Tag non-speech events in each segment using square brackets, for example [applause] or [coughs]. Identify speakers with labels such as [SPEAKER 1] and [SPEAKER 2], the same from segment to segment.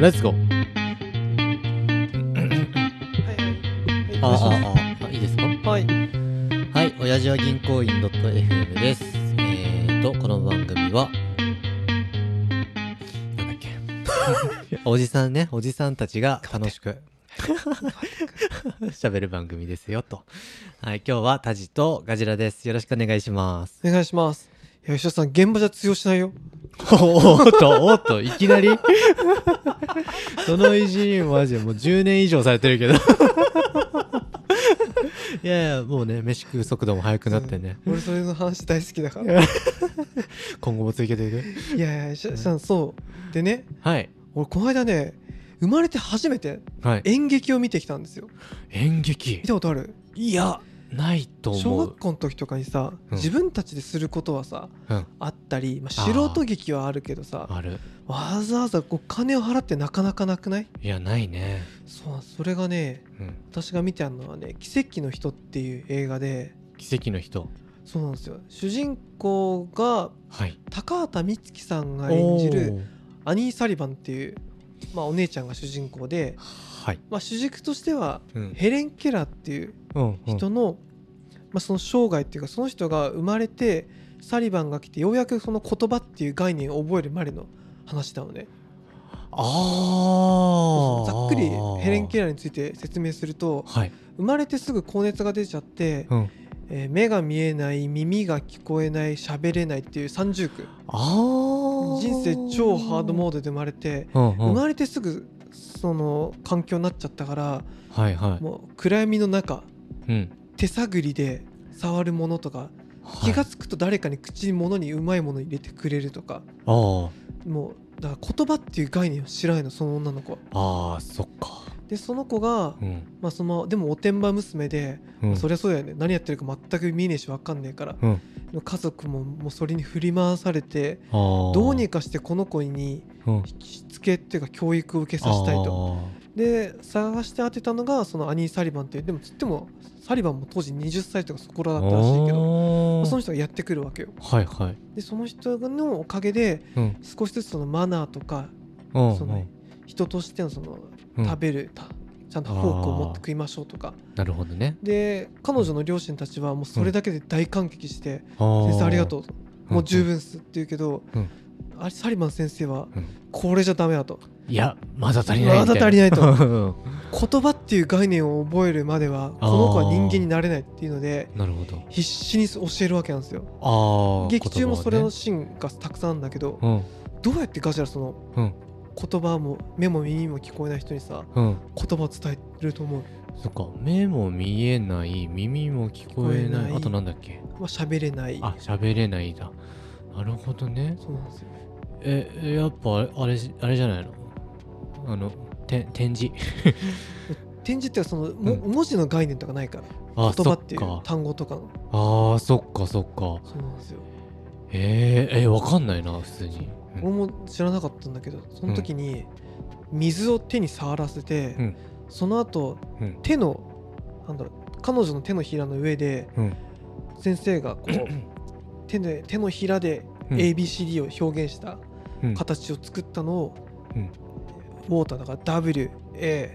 [SPEAKER 1] レッツゴー
[SPEAKER 2] はい
[SPEAKER 1] あ
[SPEAKER 2] はいはい
[SPEAKER 1] あああいいですか
[SPEAKER 2] はい
[SPEAKER 1] はい親父は銀行員 .fm ですえーとこの番組はなんだっけおじさんねおじさんたちが楽しく [laughs] 喋る番組ですよとはい今日はタジとガジラですよろしくお願いします
[SPEAKER 2] お願いしますいや吉田さん現場じゃ通用しないよ
[SPEAKER 1] おーっと、おーっと、いきなりそのいじりマジでもう10年以上されてるけど。いやいや、もうね、飯食う速度も速くなってね。
[SPEAKER 2] 俺それの話大好きだからい
[SPEAKER 1] 今後も続けていく。
[SPEAKER 2] やいや吉田さんそうでね
[SPEAKER 1] はい。
[SPEAKER 2] 俺この間ね生まれて初めて
[SPEAKER 1] はい。
[SPEAKER 2] 演劇を見てきたんですよ
[SPEAKER 1] 演劇
[SPEAKER 2] 見たことある
[SPEAKER 1] いや、ないと
[SPEAKER 2] 小
[SPEAKER 1] 思う
[SPEAKER 2] 学。校の時とかにさ、
[SPEAKER 1] うん
[SPEAKER 2] 自分たちですることはさ
[SPEAKER 1] うん。
[SPEAKER 2] あったり、まあ、
[SPEAKER 1] あー
[SPEAKER 2] 素人劇はあるけどさ
[SPEAKER 1] ある。
[SPEAKER 2] わざわざお金を払ってなかなかなくない
[SPEAKER 1] いや、ないね。
[SPEAKER 2] そうなんですそれがね
[SPEAKER 1] うん。
[SPEAKER 2] 私が見たのはね「奇跡の人」っていう映画で
[SPEAKER 1] 奇跡の人。
[SPEAKER 2] そうなんですよ主人公が
[SPEAKER 1] はい。
[SPEAKER 2] 高畑充希さんが演じ
[SPEAKER 1] お
[SPEAKER 2] る
[SPEAKER 1] ー。
[SPEAKER 2] アニー・サリバンっていう、まあ、お姉ちゃんが主人公で、
[SPEAKER 1] はい。
[SPEAKER 2] まあ、主軸としては
[SPEAKER 1] うん。
[SPEAKER 2] ヘレン・ケラーっていう
[SPEAKER 1] うんうん
[SPEAKER 2] 人の、まあ、その生涯っていうかその人が生まれてサリバンが来てようやくその言葉っていう概念を覚えるまでの話なのね
[SPEAKER 1] あ
[SPEAKER 2] ざ
[SPEAKER 1] ー
[SPEAKER 2] っくりヘレン・ケラーについて説明すると
[SPEAKER 1] はい。
[SPEAKER 2] 生まれてすぐ高熱が出ちゃって、
[SPEAKER 1] うん。
[SPEAKER 2] えー目が見えない耳が聞こえない喋れないっていう三重苦
[SPEAKER 1] あー
[SPEAKER 2] 人生超ハードモードで生まれて
[SPEAKER 1] うんう
[SPEAKER 2] 生
[SPEAKER 1] ん、
[SPEAKER 2] まれてすぐその環境になっちゃったから
[SPEAKER 1] はいはい、
[SPEAKER 2] もう暗闇の中
[SPEAKER 1] うん、
[SPEAKER 2] 手探りで触るものとか
[SPEAKER 1] はい
[SPEAKER 2] 気が付くと誰かに口に物にうまいもの入れてくれるとか
[SPEAKER 1] あ
[SPEAKER 2] もうだから言葉っていう概念を知らないのその女の子は
[SPEAKER 1] ああーそっか
[SPEAKER 2] でその子が、
[SPEAKER 1] うん
[SPEAKER 2] まあ、そのでもおてんば娘で、
[SPEAKER 1] うん
[SPEAKER 2] そりゃそうだよね何やってるか全く見ねえし分かんねえから、
[SPEAKER 1] うん
[SPEAKER 2] 家族ももうそれに振り回されて
[SPEAKER 1] あー
[SPEAKER 2] どうにかしてこの子に
[SPEAKER 1] うん
[SPEAKER 2] しつけっていうか教育を受けさせたいとで探して当てたのがそのアニー・サリバンっていうでもつってもサリバンも当時20歳とかそこら
[SPEAKER 1] あ
[SPEAKER 2] だ
[SPEAKER 1] ー
[SPEAKER 2] ったらしいけど
[SPEAKER 1] あー
[SPEAKER 2] その人がやってくるわけよ
[SPEAKER 1] はいはい
[SPEAKER 2] でその人のおかげで
[SPEAKER 1] うん
[SPEAKER 2] 少しずつそのマナーとか
[SPEAKER 1] うん
[SPEAKER 2] その人としてのその
[SPEAKER 1] うん
[SPEAKER 2] 食べる、たちゃんとフォークを持って食いましょうとか
[SPEAKER 1] なるほどね
[SPEAKER 2] で彼女の両親たちはもうそれだけで大感激して
[SPEAKER 1] 先
[SPEAKER 2] 「先生ありが
[SPEAKER 1] う
[SPEAKER 2] とう
[SPEAKER 1] うん
[SPEAKER 2] もう十分っす」って言うけど、
[SPEAKER 1] うん
[SPEAKER 2] あれサリバン先生は
[SPEAKER 1] うん
[SPEAKER 2] これじゃダメだと
[SPEAKER 1] いやまだ足りない
[SPEAKER 2] まだ足りないと
[SPEAKER 1] と
[SPEAKER 2] 言葉っていう概念を覚えるまではこの子は人間になれないっていうので
[SPEAKER 1] [laughs] なるほど
[SPEAKER 2] 必死に教えるわけなんですよ
[SPEAKER 1] ああ
[SPEAKER 2] 劇中もそれのシーンがたくさんあるんだけど、
[SPEAKER 1] うん
[SPEAKER 2] どうやってガジラその
[SPEAKER 1] うん
[SPEAKER 2] 言葉も目も耳も聞こえない人にさ
[SPEAKER 1] うん
[SPEAKER 2] 言葉を伝えると思う、
[SPEAKER 1] そっか目も見えない耳も聞こえ
[SPEAKER 2] 聞こ
[SPEAKER 1] な
[SPEAKER 2] え
[SPEAKER 1] い
[SPEAKER 2] ない
[SPEAKER 1] あとなんだっけ
[SPEAKER 2] まあ喋れない
[SPEAKER 1] あ喋れないだなるほどね
[SPEAKER 2] そうなんですよ
[SPEAKER 1] ええやっぱあれあれあれじゃないのあのて展示
[SPEAKER 2] 展示っていうかその、も
[SPEAKER 1] う
[SPEAKER 2] 文字の概念とかないから
[SPEAKER 1] あ
[SPEAKER 2] 言葉ってい
[SPEAKER 1] そっ
[SPEAKER 2] う
[SPEAKER 1] か
[SPEAKER 2] 単語とかの
[SPEAKER 1] あーそっかそっか
[SPEAKER 2] そうなんですよ、
[SPEAKER 1] えー、えわかんないな普通にうん
[SPEAKER 2] 俺も知らなかったんだけどその時に水を手に触らせて、
[SPEAKER 1] うん
[SPEAKER 2] その後
[SPEAKER 1] うん
[SPEAKER 2] 手のなんだろう彼女の手のひらの上で
[SPEAKER 1] うん
[SPEAKER 2] 先生がこう [clears throat] 手で手のひらで
[SPEAKER 1] うん
[SPEAKER 2] ABCD を表現した
[SPEAKER 1] うん
[SPEAKER 2] 形を作ったのを、
[SPEAKER 1] うん
[SPEAKER 2] ウォーターだから WATER
[SPEAKER 1] あ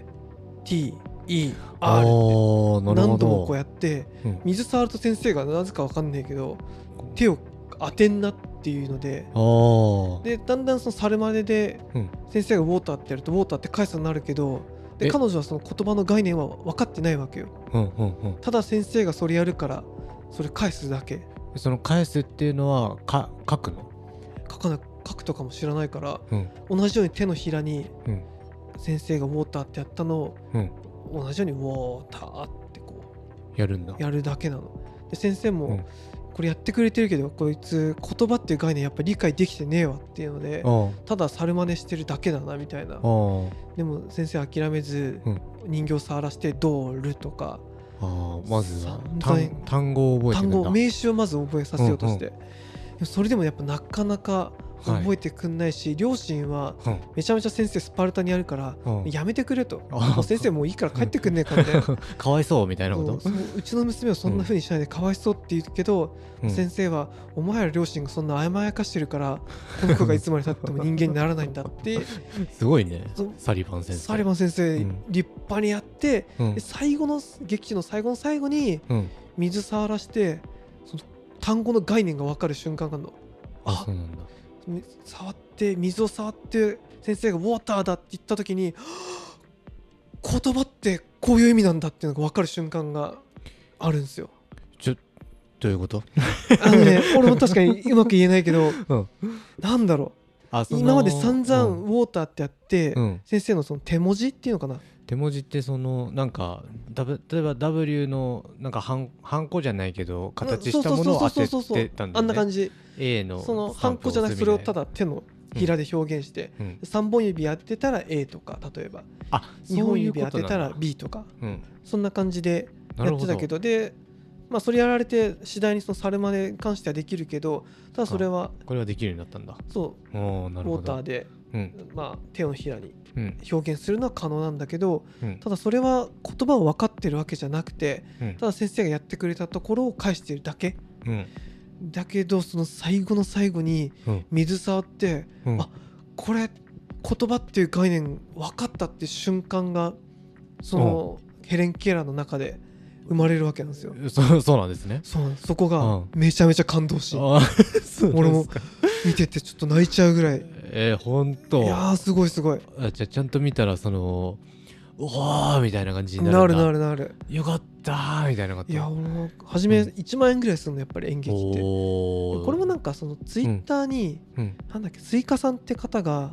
[SPEAKER 2] って
[SPEAKER 1] ーなるほ
[SPEAKER 2] 何度もこう
[SPEAKER 1] ど
[SPEAKER 2] やって
[SPEAKER 1] うん
[SPEAKER 2] 水触ると先生がなぜか分かんないけど手を当てんなっていうので
[SPEAKER 1] あー
[SPEAKER 2] でだんだんそのサルマネで
[SPEAKER 1] うん
[SPEAKER 2] 先生がウォーターってやるとウォーターって返すようになるけどで
[SPEAKER 1] え
[SPEAKER 2] 彼女はその言葉の概念は分かってないわけよ
[SPEAKER 1] うんうんうん
[SPEAKER 2] ただ先生がそれやるからそれ返すだけ
[SPEAKER 1] その返すっていうのはか書くの
[SPEAKER 2] 書かな書くとかも知らないから
[SPEAKER 1] うん
[SPEAKER 2] 同じように手のひらに
[SPEAKER 1] うん
[SPEAKER 2] 先生がウォーターってやったのを
[SPEAKER 1] うん
[SPEAKER 2] 同じようにウォーターってこ
[SPEAKER 1] やるんだ
[SPEAKER 2] うやるだけなので先生も、
[SPEAKER 1] うん
[SPEAKER 2] これやってくれてるけどこいつ言葉っていう概念やっぱ理解できてねえわっていうので
[SPEAKER 1] あー
[SPEAKER 2] ただ猿真似してるだけだなみたいな
[SPEAKER 1] あー
[SPEAKER 2] でも先生諦めず、
[SPEAKER 1] うん
[SPEAKER 2] 人形触らせて「ドール」とか
[SPEAKER 1] あーまずは
[SPEAKER 2] 散々
[SPEAKER 1] 単単語を覚えて
[SPEAKER 2] 単
[SPEAKER 1] くんだ
[SPEAKER 2] 語名詞をまず覚えさせようとして、でもそれでもやっぱなかなか
[SPEAKER 1] はい
[SPEAKER 2] 覚えてくんないし、両親は
[SPEAKER 1] うん
[SPEAKER 2] めちゃめちゃ先生スパルタにやるから、
[SPEAKER 1] うん
[SPEAKER 2] やめてくれと
[SPEAKER 1] あ
[SPEAKER 2] もう先生もういいから帰ってくんねえか
[SPEAKER 1] [laughs]
[SPEAKER 2] みたいな
[SPEAKER 1] かわいそうみたいなこ
[SPEAKER 2] そう
[SPEAKER 1] と
[SPEAKER 2] そのうちの娘はそんな風にしないでかわいそうって言うけど、
[SPEAKER 1] うん
[SPEAKER 2] 先生はお前ら両親がそんな甘やかしてるからこの子がいつまでたっても人間にならないんだって
[SPEAKER 1] [laughs] すごいね
[SPEAKER 2] そう
[SPEAKER 1] サリバン先生
[SPEAKER 2] サリバン先生、
[SPEAKER 1] うん
[SPEAKER 2] 立派にやって、
[SPEAKER 1] うん
[SPEAKER 2] で最後の劇中の最後の最後に
[SPEAKER 1] うん
[SPEAKER 2] 水触らしてその単語の概念が分かる瞬間があるの
[SPEAKER 1] あそうなんだ
[SPEAKER 2] み触って水を触って先生が「ウォーターだ」って言った時にはぁ言葉ってこういう意味なんだっていうのが分かる瞬間があるんですよ。
[SPEAKER 1] ちょどういうこと
[SPEAKER 2] あの
[SPEAKER 1] [laughs]
[SPEAKER 2] ね俺も確かにうまく言えないけど、
[SPEAKER 1] うん
[SPEAKER 2] なんだろ
[SPEAKER 1] あ
[SPEAKER 2] う
[SPEAKER 1] その
[SPEAKER 2] 今まで散々
[SPEAKER 1] う
[SPEAKER 2] 「
[SPEAKER 1] ん
[SPEAKER 2] ウォーター」ってやって、
[SPEAKER 1] うん
[SPEAKER 2] 先生のその手文字っていうのかな
[SPEAKER 1] 手文字ってそのなんか W- 例えば W のなんかハンハンコじゃないけど形したものを当て
[SPEAKER 2] そうそうそうそう
[SPEAKER 1] てたんだ
[SPEAKER 2] あ
[SPEAKER 1] よ
[SPEAKER 2] んな
[SPEAKER 1] ね
[SPEAKER 2] 感じ
[SPEAKER 1] A の
[SPEAKER 2] その
[SPEAKER 1] スタ
[SPEAKER 2] ハ
[SPEAKER 1] ン
[SPEAKER 2] ン
[SPEAKER 1] プ
[SPEAKER 2] コ
[SPEAKER 1] を
[SPEAKER 2] じゃな
[SPEAKER 1] 押
[SPEAKER 2] い
[SPEAKER 1] すみ
[SPEAKER 2] それ
[SPEAKER 1] たい
[SPEAKER 2] をただ手のひらで表現して、
[SPEAKER 1] うん
[SPEAKER 2] 3本指当てたら A とか例えば
[SPEAKER 1] あ
[SPEAKER 2] 2
[SPEAKER 1] そう
[SPEAKER 2] 本
[SPEAKER 1] いう
[SPEAKER 2] 指
[SPEAKER 1] こと
[SPEAKER 2] 当て
[SPEAKER 1] なんだ
[SPEAKER 2] たら B とか
[SPEAKER 1] うん
[SPEAKER 2] そんな感じで
[SPEAKER 1] な
[SPEAKER 2] や
[SPEAKER 1] る
[SPEAKER 2] っ
[SPEAKER 1] ほ
[SPEAKER 2] て
[SPEAKER 1] ど
[SPEAKER 2] たけどでまあそれやられて次第にそのサルマで関してはできるけどただそれは
[SPEAKER 1] これはできるようになったんだ
[SPEAKER 2] そ
[SPEAKER 1] おーな
[SPEAKER 2] うウ
[SPEAKER 1] る
[SPEAKER 2] ォ
[SPEAKER 1] ほ
[SPEAKER 2] ーター
[SPEAKER 1] ど
[SPEAKER 2] で、
[SPEAKER 1] うん
[SPEAKER 2] まあ、手のひらに
[SPEAKER 1] うん
[SPEAKER 2] 表現するのは可能なんだけど
[SPEAKER 1] うん
[SPEAKER 2] ただそれは言葉を分かってるわけじゃなくて
[SPEAKER 1] うん
[SPEAKER 2] ただ先生がやってくれたところを返してるだけ
[SPEAKER 1] うん
[SPEAKER 2] だけどその最後の最後に
[SPEAKER 1] うん
[SPEAKER 2] 水触って
[SPEAKER 1] うん
[SPEAKER 2] あこれ言葉っていう概念分かったって瞬間がそのヘレン・ケラーの中で生まれるわけなんですよ。
[SPEAKER 1] そうそうなんですね
[SPEAKER 2] そうそこ
[SPEAKER 1] う
[SPEAKER 2] が
[SPEAKER 1] ん
[SPEAKER 2] めちゃめちゃ感動し、 [laughs]
[SPEAKER 1] あーそう
[SPEAKER 2] 俺
[SPEAKER 1] で
[SPEAKER 2] も
[SPEAKER 1] すか
[SPEAKER 2] 見ててちょっと泣いちゃうぐらいい
[SPEAKER 1] えー、ほんと
[SPEAKER 2] やーすごいすごい
[SPEAKER 1] あじゃあちゃんと見たらその「おー」みたいな感じにな
[SPEAKER 2] な
[SPEAKER 1] るん
[SPEAKER 2] る
[SPEAKER 1] だ
[SPEAKER 2] なるなる
[SPEAKER 1] よかったーみたいなこと
[SPEAKER 2] いや俺も初め
[SPEAKER 1] うん
[SPEAKER 2] 1万円ぐらいするのやっぱり演劇ってこ
[SPEAKER 1] おー
[SPEAKER 2] れもなんかそのツイッターに
[SPEAKER 1] うん
[SPEAKER 2] なんだっけスイカさんって方が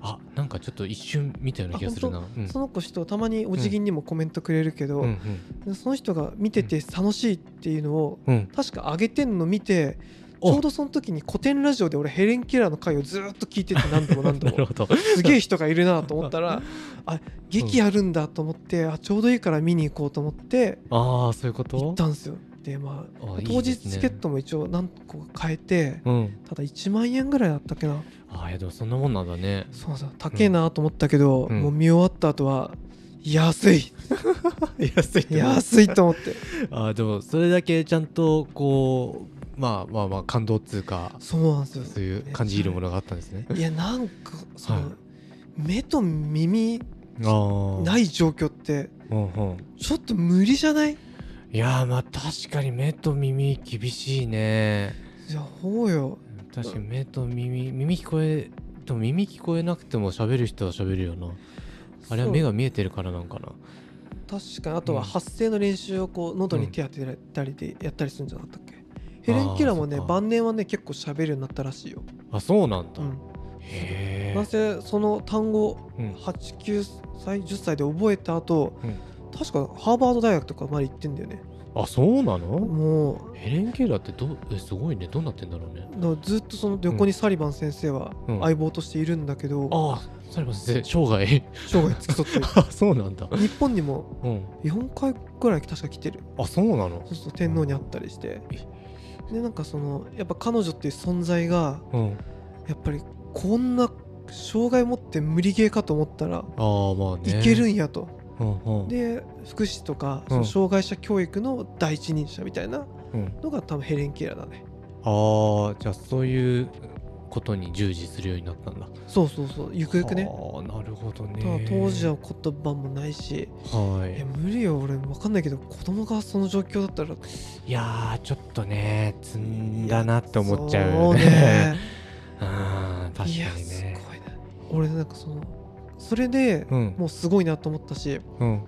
[SPEAKER 1] あなんかちょっと一瞬見たような気がするなうん
[SPEAKER 2] その子人たまにお辞儀にもコメントくれるけど
[SPEAKER 1] うん
[SPEAKER 2] その人が見てて楽しいっていうのを
[SPEAKER 1] うんうん
[SPEAKER 2] 確か上げてんの見てち
[SPEAKER 1] お
[SPEAKER 2] ょうどその時に古典ラジオで俺ヘレン・ケラーの回をずーっと聞いてて何度も何度
[SPEAKER 1] [laughs] な
[SPEAKER 2] も
[SPEAKER 1] るほど
[SPEAKER 2] すげえ人がいるなと思ったらあ劇やるんだと思ってあちょうどいいから見に行こうと思って
[SPEAKER 1] ああそういうこ
[SPEAKER 2] 行
[SPEAKER 1] と
[SPEAKER 2] ったんですよでまあ
[SPEAKER 1] あいい
[SPEAKER 2] 当
[SPEAKER 1] で
[SPEAKER 2] 日
[SPEAKER 1] すね
[SPEAKER 2] チケットも一応何個か変えて
[SPEAKER 1] うん
[SPEAKER 2] ただ1万円ぐらいだったっけな
[SPEAKER 1] ああいやでもそんなもんなんだね
[SPEAKER 2] そうそう高えなと思ったけど、
[SPEAKER 1] うん
[SPEAKER 2] もう見終わった後は安 [laughs] い
[SPEAKER 1] 安い
[SPEAKER 2] 安いと思って
[SPEAKER 1] あーでもそれだけちゃんとこうまあまあまあ感動っつうか
[SPEAKER 2] そうなんですよ
[SPEAKER 1] そういう感じいるものがあったんですね
[SPEAKER 2] いやなんかその、
[SPEAKER 1] はい
[SPEAKER 2] 目と耳
[SPEAKER 1] ああ
[SPEAKER 2] ない状況って
[SPEAKER 1] うんうん
[SPEAKER 2] ちょっと無理じゃない
[SPEAKER 1] いやーまあ確かに目と耳厳しいね
[SPEAKER 2] じゃあほうよ
[SPEAKER 1] 確かに目と耳耳聞こえでも耳聞こえなくても喋る人は喋るよなあれは目が見えてるからなんかな
[SPEAKER 2] 確かにあと
[SPEAKER 1] う
[SPEAKER 2] は
[SPEAKER 1] ん
[SPEAKER 2] 発声の練習をこう喉に手当てたりでやったりするんじゃなかったっけ、ヘレン・ケラーも
[SPEAKER 1] あ
[SPEAKER 2] ね
[SPEAKER 1] ーそっか
[SPEAKER 2] 晩年はね結構喋るようになったらしいよ、
[SPEAKER 1] あそうなんだ、
[SPEAKER 2] うん、
[SPEAKER 1] へえ
[SPEAKER 2] なぜその単語
[SPEAKER 1] うん
[SPEAKER 2] 89歳10歳で覚えた後、
[SPEAKER 1] うん
[SPEAKER 2] 確かハーバード大学とかまで行ってんだよね
[SPEAKER 1] あそうなの
[SPEAKER 2] も
[SPEAKER 1] ヘレン・ケラーってどうえすごいねどうなってんだろうね
[SPEAKER 2] うだからずっとその横にサリバン先生は
[SPEAKER 1] うん
[SPEAKER 2] 相棒としているんだけど、
[SPEAKER 1] ああサリバン先生生涯
[SPEAKER 2] 生涯付き添ってる
[SPEAKER 1] [laughs] あそうなんだ
[SPEAKER 2] 日本にも
[SPEAKER 1] うん
[SPEAKER 2] 4回ぐらい確か来てる
[SPEAKER 1] あそうなの
[SPEAKER 2] そうそう天皇に会ったりしてでなんかそのやっぱ彼女っていう存在が
[SPEAKER 1] うん
[SPEAKER 2] やっぱりこんな障害持って無理ゲーかと思ったら
[SPEAKER 1] ああまあね
[SPEAKER 2] いけるんやと、
[SPEAKER 1] うんうん
[SPEAKER 2] で福祉とか
[SPEAKER 1] う
[SPEAKER 2] そ
[SPEAKER 1] ん
[SPEAKER 2] の障害者教育の第一人者みたいな
[SPEAKER 1] うん、
[SPEAKER 2] のが多分ヘレン・ケラーだね
[SPEAKER 1] ああじゃあそういうことに従事するようになったんだ
[SPEAKER 2] そうそうそうゆくゆくね
[SPEAKER 1] ああなるほど
[SPEAKER 2] ただ
[SPEAKER 1] ね
[SPEAKER 2] 当時は言葉もないし
[SPEAKER 1] はい
[SPEAKER 2] え無理よ俺分かんないけど子供がその状況だったら
[SPEAKER 1] いやーちょっとね積んだなって思っちゃう
[SPEAKER 2] そ
[SPEAKER 1] よね。 [laughs] あー確か
[SPEAKER 2] いや
[SPEAKER 1] に
[SPEAKER 2] すご
[SPEAKER 1] ね
[SPEAKER 2] いね。俺なんかそのそれで
[SPEAKER 1] うん
[SPEAKER 2] もうすごいなと思ったし
[SPEAKER 1] うん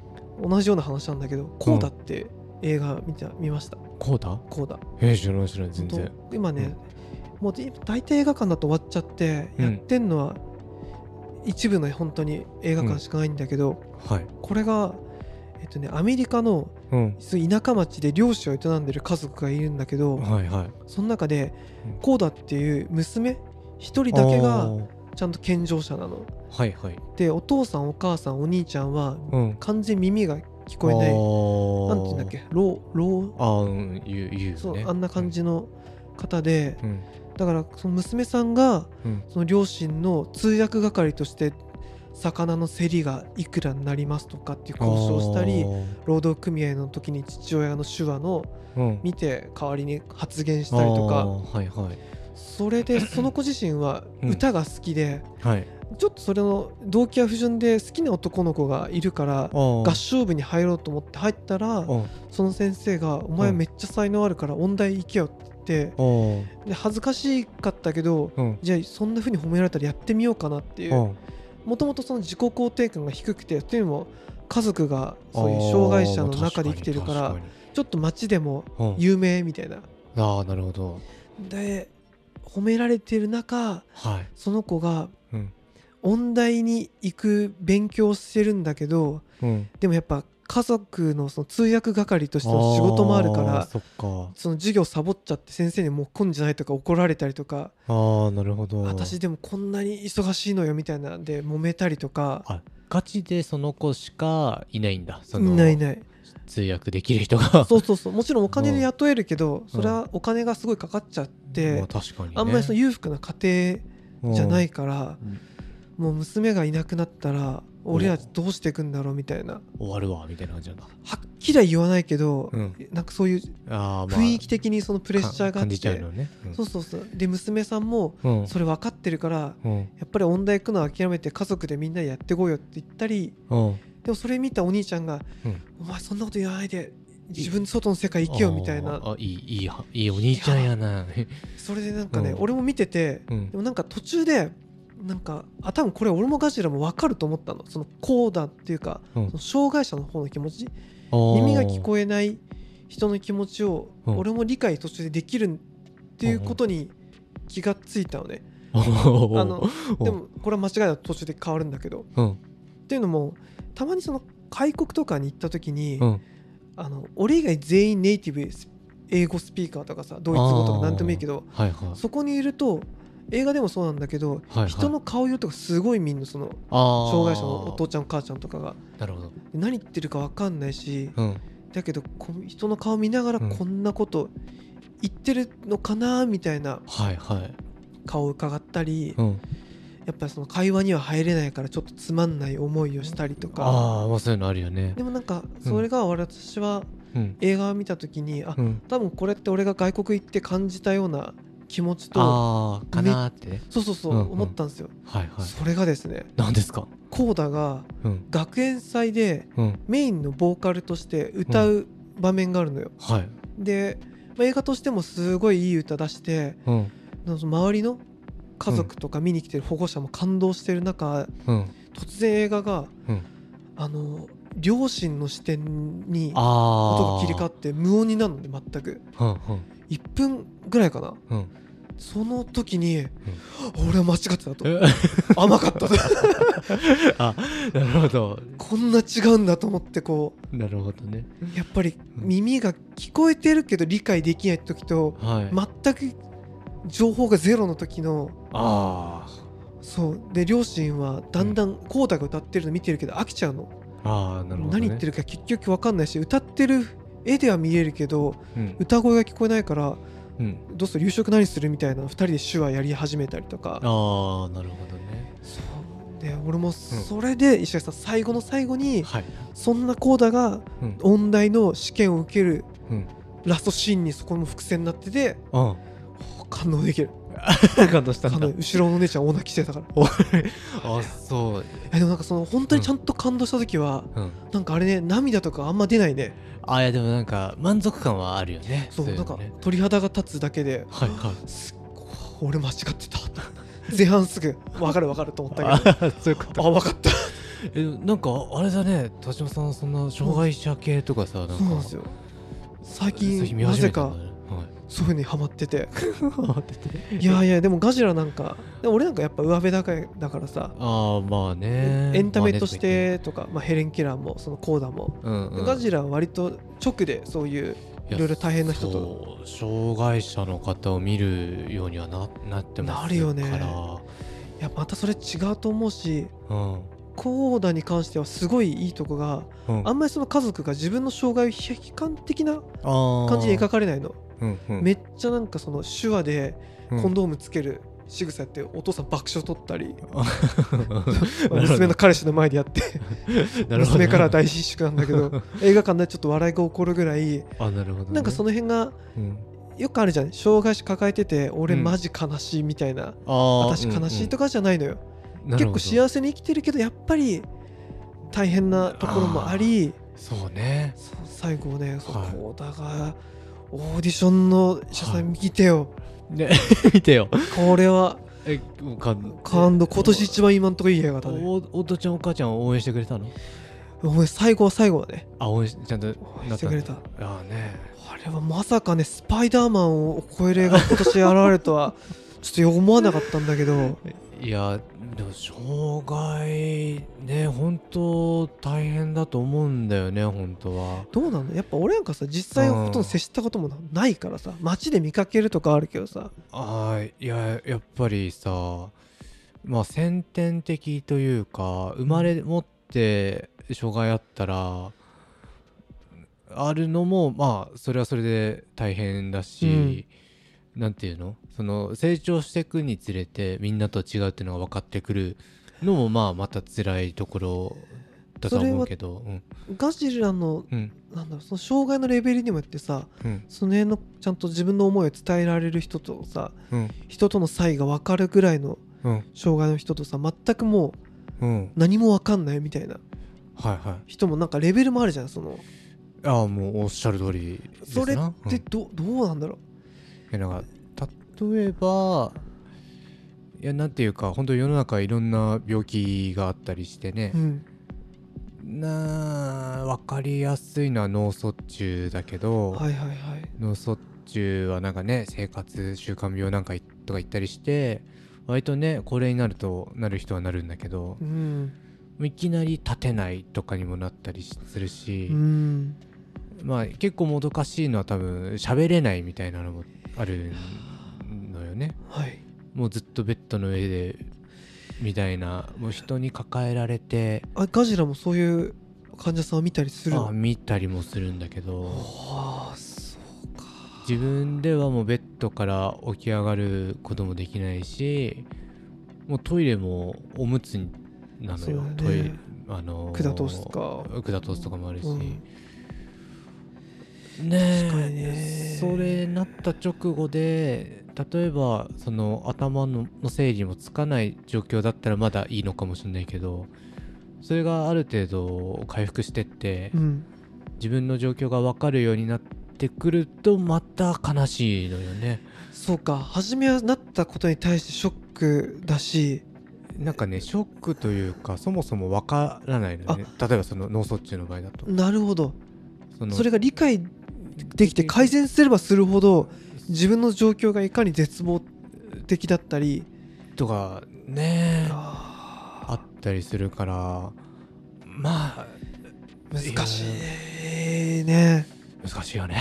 [SPEAKER 2] 同じような話なんだけど「コーダ」って映画見た見ました
[SPEAKER 1] こうだ
[SPEAKER 2] 「コーダ
[SPEAKER 1] えー、知らない知らない」全然。
[SPEAKER 2] ほんと今ね、もうで大体映画館だと終わっちゃって、
[SPEAKER 1] うん
[SPEAKER 2] やってんのは一部の本当に映画館しかないんだけど、
[SPEAKER 1] はい。
[SPEAKER 2] これがえっとねアメリカの
[SPEAKER 1] うん
[SPEAKER 2] すごい田舎町で漁師を営んでる家族がいるんだけど、
[SPEAKER 1] はいはい。
[SPEAKER 2] その中で
[SPEAKER 1] うん
[SPEAKER 2] コーダっていう娘一人だけ
[SPEAKER 1] あ
[SPEAKER 2] が
[SPEAKER 1] ー
[SPEAKER 2] ちゃんと健常者なの。
[SPEAKER 1] はいはい。
[SPEAKER 2] でお父さんお母さんお兄ちゃんは
[SPEAKER 1] うん。聞
[SPEAKER 2] 完全耳が聞こえない
[SPEAKER 1] こ
[SPEAKER 2] なんて言うんだっ。け老老
[SPEAKER 1] あーうん言う言うね。
[SPEAKER 2] そうあんな感じの方で、
[SPEAKER 1] うん。
[SPEAKER 2] だからその娘さんが
[SPEAKER 1] うん
[SPEAKER 2] その両親の通訳係として魚の競りがいくらになりますとかっていう交渉をしたり
[SPEAKER 1] あー
[SPEAKER 2] 労働組合の時に父親の手話の
[SPEAKER 1] うん
[SPEAKER 2] 見て代わりに発言したりと
[SPEAKER 1] あ
[SPEAKER 2] か
[SPEAKER 1] ーはいはい
[SPEAKER 2] それ
[SPEAKER 1] [coughs]
[SPEAKER 2] でその子自身は
[SPEAKER 1] うん
[SPEAKER 2] 歌が好きで、
[SPEAKER 1] はい
[SPEAKER 2] ちょっとそれの動機や不純で好きな男の子がいるから合
[SPEAKER 1] 合
[SPEAKER 2] 唱部に入ろうと思って入ったら
[SPEAKER 1] お
[SPEAKER 2] その先生が「お前
[SPEAKER 1] うん
[SPEAKER 2] めっちゃ才能あるから音大行けよ」って言って
[SPEAKER 1] お
[SPEAKER 2] で恥ずかしかったけど
[SPEAKER 1] うん
[SPEAKER 2] じゃあそんな風に褒められたらやってみようかなっていううんもともとその自己肯定感が低くてというのも家族がそういう障害者の中で生きてるから
[SPEAKER 1] あー確
[SPEAKER 2] ちょっと街でも
[SPEAKER 1] かに確かに
[SPEAKER 2] 有名みたいな。
[SPEAKER 1] うんああなるほど
[SPEAKER 2] で褒められてる中
[SPEAKER 1] はい
[SPEAKER 2] その子が
[SPEAKER 1] うん
[SPEAKER 2] 音大に行く勉強をしてるんだけど
[SPEAKER 1] うん
[SPEAKER 2] でもやっぱ家族のその通訳係としての仕事もあるか
[SPEAKER 1] ー
[SPEAKER 2] ら
[SPEAKER 1] そっか
[SPEAKER 2] その授業サボっちゃって先生にもうこんじゃないとか怒られたりとか
[SPEAKER 1] ああなるほど
[SPEAKER 2] 私でもこんなに忙しいのよみたいなんで揉めたりとか
[SPEAKER 1] あガチでその子しかいないんだそ
[SPEAKER 2] い
[SPEAKER 1] の
[SPEAKER 2] ないいない
[SPEAKER 1] 通訳できる人が
[SPEAKER 2] [laughs] そうそうそうもちろんお金で雇えるけどそれはお金がすごいかかっちゃっ
[SPEAKER 1] ま
[SPEAKER 2] て
[SPEAKER 1] あ確かにね
[SPEAKER 2] あんまりその裕福な家
[SPEAKER 1] う
[SPEAKER 2] 庭
[SPEAKER 1] ん
[SPEAKER 2] じゃないから
[SPEAKER 1] うん
[SPEAKER 2] もう娘がいなくなったら俺らどうしていくんだろうみたいな
[SPEAKER 1] 終わるわみたいな感じなんだ
[SPEAKER 2] はっきりは言わないけど、
[SPEAKER 1] うん
[SPEAKER 2] なんかそういう
[SPEAKER 1] ああまあ
[SPEAKER 2] 雰囲気的にそのプレッシャーがあっ
[SPEAKER 1] 感じちゃう
[SPEAKER 2] て、
[SPEAKER 1] のね
[SPEAKER 2] そうそうそうで娘さんも
[SPEAKER 1] うんうん
[SPEAKER 2] それ分かってるから
[SPEAKER 1] うん
[SPEAKER 2] やっぱり音大行くのは諦めて家族でみんなでやってこいよって言ったり
[SPEAKER 1] うん
[SPEAKER 2] でもそれ見たお兄ちゃんが「
[SPEAKER 1] うん
[SPEAKER 2] お前そんなこと言わないで自分の外の世界行けよ」みたい
[SPEAKER 1] あ
[SPEAKER 2] な
[SPEAKER 1] ーあいいいいはいいお兄ちゃんやな
[SPEAKER 2] それでなんかね、
[SPEAKER 1] うん
[SPEAKER 2] 俺も見てて
[SPEAKER 1] うん
[SPEAKER 2] でもなんか途中でなんかあ多分これ俺もガジラも分かると思ったのそのこうだっていうか、
[SPEAKER 1] うん
[SPEAKER 2] その障害者の方の気持ち耳
[SPEAKER 1] 耳
[SPEAKER 2] が聞こえない人の気持ちを
[SPEAKER 1] うん
[SPEAKER 2] 俺も理解途中でできるっていうことに気がついたのね、
[SPEAKER 1] えあ
[SPEAKER 2] あのでもこれは間違いなく途中で変わるんだけど
[SPEAKER 1] うん
[SPEAKER 2] っていうのもたまにその外国とかに行った時に、
[SPEAKER 1] うん
[SPEAKER 2] あの俺以外全員ネイティブです英語スピーカーとかさドイツ語とか
[SPEAKER 1] あー
[SPEAKER 2] 何でもいいけど
[SPEAKER 1] はいはい
[SPEAKER 2] そこにいると映画でもそうなんだけ
[SPEAKER 1] は
[SPEAKER 2] ど、
[SPEAKER 1] いはい
[SPEAKER 2] 人の顔色とかすごいみんなその
[SPEAKER 1] あー
[SPEAKER 2] 障害者のお父ちゃんお母ちゃんとかが
[SPEAKER 1] なるほど
[SPEAKER 2] 何言ってるか分かんないし、
[SPEAKER 1] うん
[SPEAKER 2] だけどこう人の顔見ながら
[SPEAKER 1] うん
[SPEAKER 2] こんなこと言ってるのかなみたいな
[SPEAKER 1] はいはい
[SPEAKER 2] 顔を伺ったり、
[SPEAKER 1] うん
[SPEAKER 2] やっぱりその会話には入れないからちょっとつまんない思いをしたりとか、
[SPEAKER 1] ああまあそういうのあるよね
[SPEAKER 2] でもなんかそれが私は
[SPEAKER 1] うん
[SPEAKER 2] 映画を見た時に、あ
[SPEAKER 1] うん
[SPEAKER 2] 多分これって俺が外国行って感じたような気持ちと
[SPEAKER 1] ああかなーってね
[SPEAKER 2] そうそうそう
[SPEAKER 1] うんうん
[SPEAKER 2] 思ったんですよ、
[SPEAKER 1] はいはい
[SPEAKER 2] それがですね
[SPEAKER 1] 何ですか
[SPEAKER 2] コーダが
[SPEAKER 1] うん
[SPEAKER 2] 学園祭で
[SPEAKER 1] うん
[SPEAKER 2] メインのボーカルとして歌う場面があるのよ、
[SPEAKER 1] はい
[SPEAKER 2] で、まあ映画としてもすごいいい歌出して
[SPEAKER 1] うん
[SPEAKER 2] なんかその周りの家族とか見に来てる保護者も感動してる中、
[SPEAKER 1] うん
[SPEAKER 2] 突然映画が、
[SPEAKER 1] うん
[SPEAKER 2] あの両親の視点に
[SPEAKER 1] ああ
[SPEAKER 2] 音が切り替わって無音になるので全く
[SPEAKER 1] うんうん
[SPEAKER 2] 1分ぐらいかな
[SPEAKER 1] うん
[SPEAKER 2] その時に、俺は間違ってたと
[SPEAKER 1] え
[SPEAKER 2] 甘かったと
[SPEAKER 1] [laughs] あなるほど
[SPEAKER 2] こんな違うんだと思ってこ
[SPEAKER 1] なるほどね
[SPEAKER 2] うやっぱり耳が聞こえてるけど理解できない時と
[SPEAKER 1] はい、
[SPEAKER 2] 全く情報がゼロの時の
[SPEAKER 1] あー
[SPEAKER 2] そうで両親はだんだんコーダが歌ってるの見てるけど飽きちゃうの、
[SPEAKER 1] あーなるほど、ね、
[SPEAKER 2] 何言ってるか結局分かんないし歌ってる絵では見えるけど
[SPEAKER 1] うん、
[SPEAKER 2] 歌声が聞こえないから
[SPEAKER 1] うん、
[SPEAKER 2] どうする夕食何するみたいな2人で手話やり始めたりと
[SPEAKER 1] ああ
[SPEAKER 2] か
[SPEAKER 1] なるほどね
[SPEAKER 2] そうで俺もそれで石垣さん最後の最後に
[SPEAKER 1] はい
[SPEAKER 2] そんなコーダが
[SPEAKER 1] うん
[SPEAKER 2] 音大の試験を受ける
[SPEAKER 1] うん
[SPEAKER 2] ラストシーンにそこも伏線になってて
[SPEAKER 1] あ
[SPEAKER 2] お感動できる
[SPEAKER 1] [laughs] 感動した
[SPEAKER 2] 感動後ろのお姉ちゃん大泣きしてたから
[SPEAKER 1] あそう
[SPEAKER 2] えでもなんかその本当にちゃんと感動した時は、
[SPEAKER 1] うん
[SPEAKER 2] なんかあれね涙とかあんま出ないね
[SPEAKER 1] あいやでもなんか満足感はあるよね
[SPEAKER 2] そう
[SPEAKER 1] い
[SPEAKER 2] な
[SPEAKER 1] の
[SPEAKER 2] んか
[SPEAKER 1] ね
[SPEAKER 2] 鳥肌が立つだけで、
[SPEAKER 1] はいはい
[SPEAKER 2] すっごい俺間違ってた前半すぐ分かる分かると思ったけど
[SPEAKER 1] [laughs] あーそういうこと
[SPEAKER 2] [laughs] あ分かった
[SPEAKER 1] えなんかあれだね田島さんそんな障害者系とかさ、なんか
[SPEAKER 2] そうなんですよ最
[SPEAKER 1] 最近
[SPEAKER 2] 近
[SPEAKER 1] 見
[SPEAKER 2] な
[SPEAKER 1] 始
[SPEAKER 2] ぜ
[SPEAKER 1] めたん
[SPEAKER 2] か
[SPEAKER 1] だね
[SPEAKER 2] そういうのにハマってて [laughs]
[SPEAKER 1] はい待ってて
[SPEAKER 2] いやいやでもガジラなんかでも俺なんかやっぱ上辺高いだからさ
[SPEAKER 1] ああまあね
[SPEAKER 2] エンタメとしてとか、まあ、ヘレン・キラーもそのコーダも、
[SPEAKER 1] うんうん
[SPEAKER 2] ガジラは割と直でそういういろいろ大変な人と
[SPEAKER 1] と障害者の方を見るようにはななってます
[SPEAKER 2] なるよね
[SPEAKER 1] から
[SPEAKER 2] いやまたそれ違うと思うし
[SPEAKER 1] うん
[SPEAKER 2] コーダに関してはすごいいいとこが
[SPEAKER 1] うん
[SPEAKER 2] あんまりその家族が自分の障害を悲観的な
[SPEAKER 1] あー
[SPEAKER 2] 感じで描かれないの
[SPEAKER 1] うんうん
[SPEAKER 2] めっちゃなんかその手話で
[SPEAKER 1] うん
[SPEAKER 2] コンドームつける仕草やってお父さん爆笑取ったり、
[SPEAKER 1] [laughs] なるほど
[SPEAKER 2] 娘の彼氏の前でやって
[SPEAKER 1] [laughs] なるほど
[SPEAKER 2] 娘から大失縮なんだ
[SPEAKER 1] [laughs]
[SPEAKER 2] けど映画館でちょっと笑いが起こるぐらい
[SPEAKER 1] あなるほどね、
[SPEAKER 2] なんかその辺が
[SPEAKER 1] うん
[SPEAKER 2] よくあるじゃん障害者抱えてて俺
[SPEAKER 1] うん
[SPEAKER 2] マジ悲しいみたいな、
[SPEAKER 1] あー
[SPEAKER 2] 私悲しいとかじゃないのよ、
[SPEAKER 1] うんうん
[SPEAKER 2] 結構幸せに生きてるけどやっぱり大変なところもあり
[SPEAKER 1] そうね
[SPEAKER 2] そう最後ねそう
[SPEAKER 1] はい
[SPEAKER 2] 幸田がオーディションの謝罪見てよ、 [laughs]
[SPEAKER 1] ね見てよ
[SPEAKER 2] これは
[SPEAKER 1] えもう感
[SPEAKER 2] [laughs] 感動今年一番今んとこいい映画だね
[SPEAKER 1] おお父ちゃんお母ちゃんを応援してくれたの
[SPEAKER 2] お前最後は最後はね
[SPEAKER 1] あ応援しちゃんと
[SPEAKER 2] 応
[SPEAKER 1] な
[SPEAKER 2] 援
[SPEAKER 1] っ
[SPEAKER 2] して
[SPEAKER 1] た
[SPEAKER 2] く
[SPEAKER 1] ん
[SPEAKER 2] れ
[SPEAKER 1] だ
[SPEAKER 2] た
[SPEAKER 1] あーね
[SPEAKER 2] あれはまさかねスパイダーマンを超える映画が今年現れるとはちょっと思わなかったんだけど
[SPEAKER 1] いやでも障害ね本当大変だと思うんだよね本当は
[SPEAKER 2] どうなのやっぱ俺なんかさ実際ほとんど接したこともなないからさ街で見かけるとかあるけどさ
[SPEAKER 1] あーいややっぱりさまあ先天的というか生まれ持って障害あったらあるのもまあそれはそれで大変だし、なんていうのその成長していくにつれてみんなと違うっていうのが分かってくるのもまあまた辛いところだとは思うけどうん
[SPEAKER 2] ガジラの
[SPEAKER 1] うん
[SPEAKER 2] なんだろうその障害のレベルにもよってさ
[SPEAKER 1] うん
[SPEAKER 2] その辺のちゃんと自分の思いを伝えられる人とさ
[SPEAKER 1] うん
[SPEAKER 2] 人との差異が分かるぐらいの
[SPEAKER 1] うん
[SPEAKER 2] 障害の人とさ全くもう
[SPEAKER 1] うん
[SPEAKER 2] 何も分かんないみたいな
[SPEAKER 1] はいはい
[SPEAKER 2] 人もなんかレベルもあるじゃんその
[SPEAKER 1] ああもうおっしゃる通りですな
[SPEAKER 2] それっ
[SPEAKER 1] うん
[SPEAKER 2] てど,、うどうなんだろ
[SPEAKER 1] いやなんか例えばいやなんていうか本当世の中いろんな病気があったりしてね
[SPEAKER 2] う、う、ん、
[SPEAKER 1] なあ分かりやすいのは脳卒中だけど、
[SPEAKER 2] はいはいはい
[SPEAKER 1] 脳卒中はなんかね生活習慣病なんかいとか言ったりして割とね高齢になるとなる人はなるんだけど
[SPEAKER 2] う、ん
[SPEAKER 1] いきなり立てないとかにもなったりしするし、
[SPEAKER 2] うん
[SPEAKER 1] まあ結構もどかしいのは多分喋れないみたいなのもあるのよね。
[SPEAKER 2] はい
[SPEAKER 1] もうずっとベッドの上でみたいなもう人に抱えられて
[SPEAKER 2] あガジラもそういう患者さんを見たりする
[SPEAKER 1] あ
[SPEAKER 2] の
[SPEAKER 1] 見たりもするんだけど
[SPEAKER 2] ああそうか
[SPEAKER 1] 自分ではもうベッドから起き上がることもできないしもうトイレもおむつなのよ、
[SPEAKER 2] そうだね
[SPEAKER 1] トイレあのー
[SPEAKER 2] 管通すとか
[SPEAKER 1] 管通すとかもあるし、
[SPEAKER 2] うん
[SPEAKER 1] ねえ
[SPEAKER 2] 確かにね
[SPEAKER 1] それなった直後で例えばその頭のの整理もつかない状況だったらまだいいのかもしれないけどそれがある程度回復してって、
[SPEAKER 2] うん
[SPEAKER 1] 自分の状況が分かるようになってくるとまた悲しいのよね
[SPEAKER 2] そうか初めはなったことに対してショックだし
[SPEAKER 1] なんかねショックというかそもそも分からないのよね例えばその脳卒中の場合だと
[SPEAKER 2] なるほど
[SPEAKER 1] その
[SPEAKER 2] それが理解できて改善すればするほど自分の状況がいかに絶望的だったり
[SPEAKER 1] とかねあ
[SPEAKER 2] あ
[SPEAKER 1] ったりするからまあ
[SPEAKER 2] 難しいね
[SPEAKER 1] 難しいよね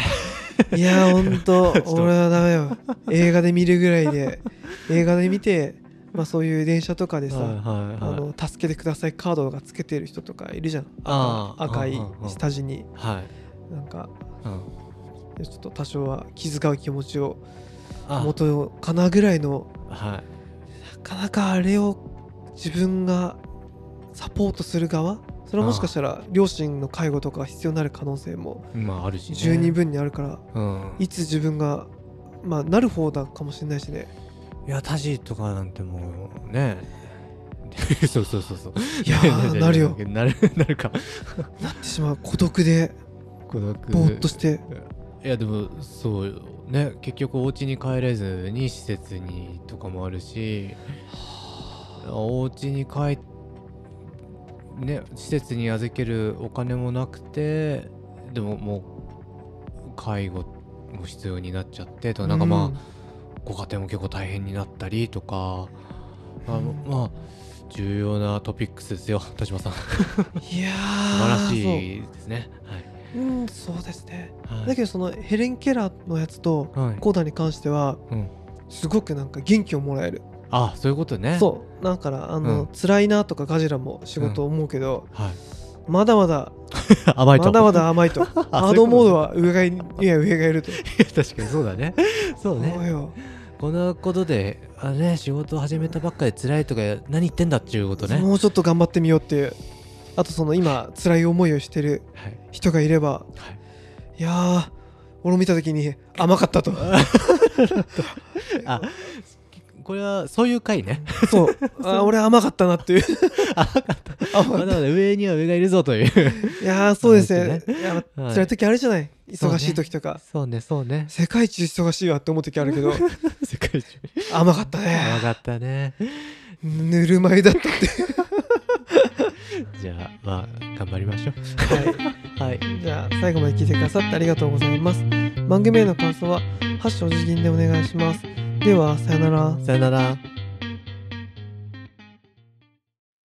[SPEAKER 2] いやほんと
[SPEAKER 1] ちょっと
[SPEAKER 2] 俺はダメよ映画で見るぐらいで映画で見て、まあ、そういう電車とかでさ、
[SPEAKER 1] はいはい
[SPEAKER 2] あ
[SPEAKER 1] はい
[SPEAKER 2] の助けてくださいカードがつけてる人とかいるじゃん
[SPEAKER 1] あー
[SPEAKER 2] 赤赤い
[SPEAKER 1] うんうんうん
[SPEAKER 2] 下地に
[SPEAKER 1] はい、
[SPEAKER 2] なんか
[SPEAKER 1] うん、
[SPEAKER 2] ちょっと多少は気遣う気持ちを
[SPEAKER 1] あ
[SPEAKER 2] 持とうかなぐらいの
[SPEAKER 1] は
[SPEAKER 2] なかなかあれを自分がサポートする側それはもしかしたら両親の介護とかが必要になる可能性も
[SPEAKER 1] いまああるし、ね、
[SPEAKER 2] 十二分にあるから
[SPEAKER 1] うんい
[SPEAKER 2] いつ自分がまあなる方だかもしれないしね
[SPEAKER 1] や他事とかなんてもうね [laughs] そうそうそうそう [laughs]
[SPEAKER 2] いやーなるよ
[SPEAKER 1] なるなるか
[SPEAKER 2] なってしまう孤独で
[SPEAKER 1] 孤独
[SPEAKER 2] ぼーっとして
[SPEAKER 1] いやでもそうよね結局お家に帰れずに施設にとかもあるしお家に帰ね施設に預けるお金もなくてでももう介護も必要になっちゃってとかなんかまあ、ご家庭も結構大変になったりとか、あ
[SPEAKER 2] うん
[SPEAKER 1] まあ重要なトピックスですよ [laughs] 田島さん素
[SPEAKER 2] うんいや
[SPEAKER 1] 晴
[SPEAKER 2] ー
[SPEAKER 1] らしいですねはい
[SPEAKER 2] そううんそうですね
[SPEAKER 1] はい
[SPEAKER 2] だけどそのヘレン・ケラーのやつと
[SPEAKER 1] はい
[SPEAKER 2] コーダに関しては
[SPEAKER 1] うん
[SPEAKER 2] すごくなんか元気をもらえる
[SPEAKER 1] あそういうことね
[SPEAKER 2] そうだからあの、
[SPEAKER 1] うん
[SPEAKER 2] 辛いなとかガジラも仕事思うけど、
[SPEAKER 1] はい
[SPEAKER 2] まだまだ
[SPEAKER 1] [laughs] 甘いと
[SPEAKER 2] まだまだ甘いと
[SPEAKER 1] [laughs]
[SPEAKER 2] ハードモードは上がいいや上がいると
[SPEAKER 1] いや確かにそうだねそう
[SPEAKER 2] そ
[SPEAKER 1] ね
[SPEAKER 2] うよ
[SPEAKER 1] こんなことであのね仕事を始めたばっかで辛いとか何言ってんだっていうことね、
[SPEAKER 2] もうちょっと頑張ってみようっていうあとその今辛い思いをしてる
[SPEAKER 1] はい
[SPEAKER 2] 人がいれば
[SPEAKER 1] はい
[SPEAKER 2] いやー俺を見た時に甘かっ
[SPEAKER 1] [laughs]
[SPEAKER 2] たと
[SPEAKER 1] あこれはそういう回ね
[SPEAKER 2] そうあー俺甘かったなっていう
[SPEAKER 1] 甘かった
[SPEAKER 2] 甘
[SPEAKER 1] [laughs] まだ
[SPEAKER 2] かっ
[SPEAKER 1] まだ上には上がいるぞという
[SPEAKER 2] たいやーそうですね
[SPEAKER 1] そう
[SPEAKER 2] いや
[SPEAKER 1] はい
[SPEAKER 2] 辛い時あるじゃない
[SPEAKER 1] そうね
[SPEAKER 2] 忙しい時とか、
[SPEAKER 1] [laughs] そうねそうね
[SPEAKER 2] 世界一忙しいわって思う時あ
[SPEAKER 1] [laughs]
[SPEAKER 2] るけど
[SPEAKER 1] 世界中
[SPEAKER 2] 甘かった
[SPEAKER 1] 分
[SPEAKER 2] ね
[SPEAKER 1] かったね
[SPEAKER 2] ぬるま湯だったって
[SPEAKER 1] じゃあまあ頑張りましょうはい
[SPEAKER 2] じゃあ最後まで聞いてくださってありがとうございます番組への感想は「ハッシュお辞儀」でお願いしますではさよなら
[SPEAKER 1] さよなら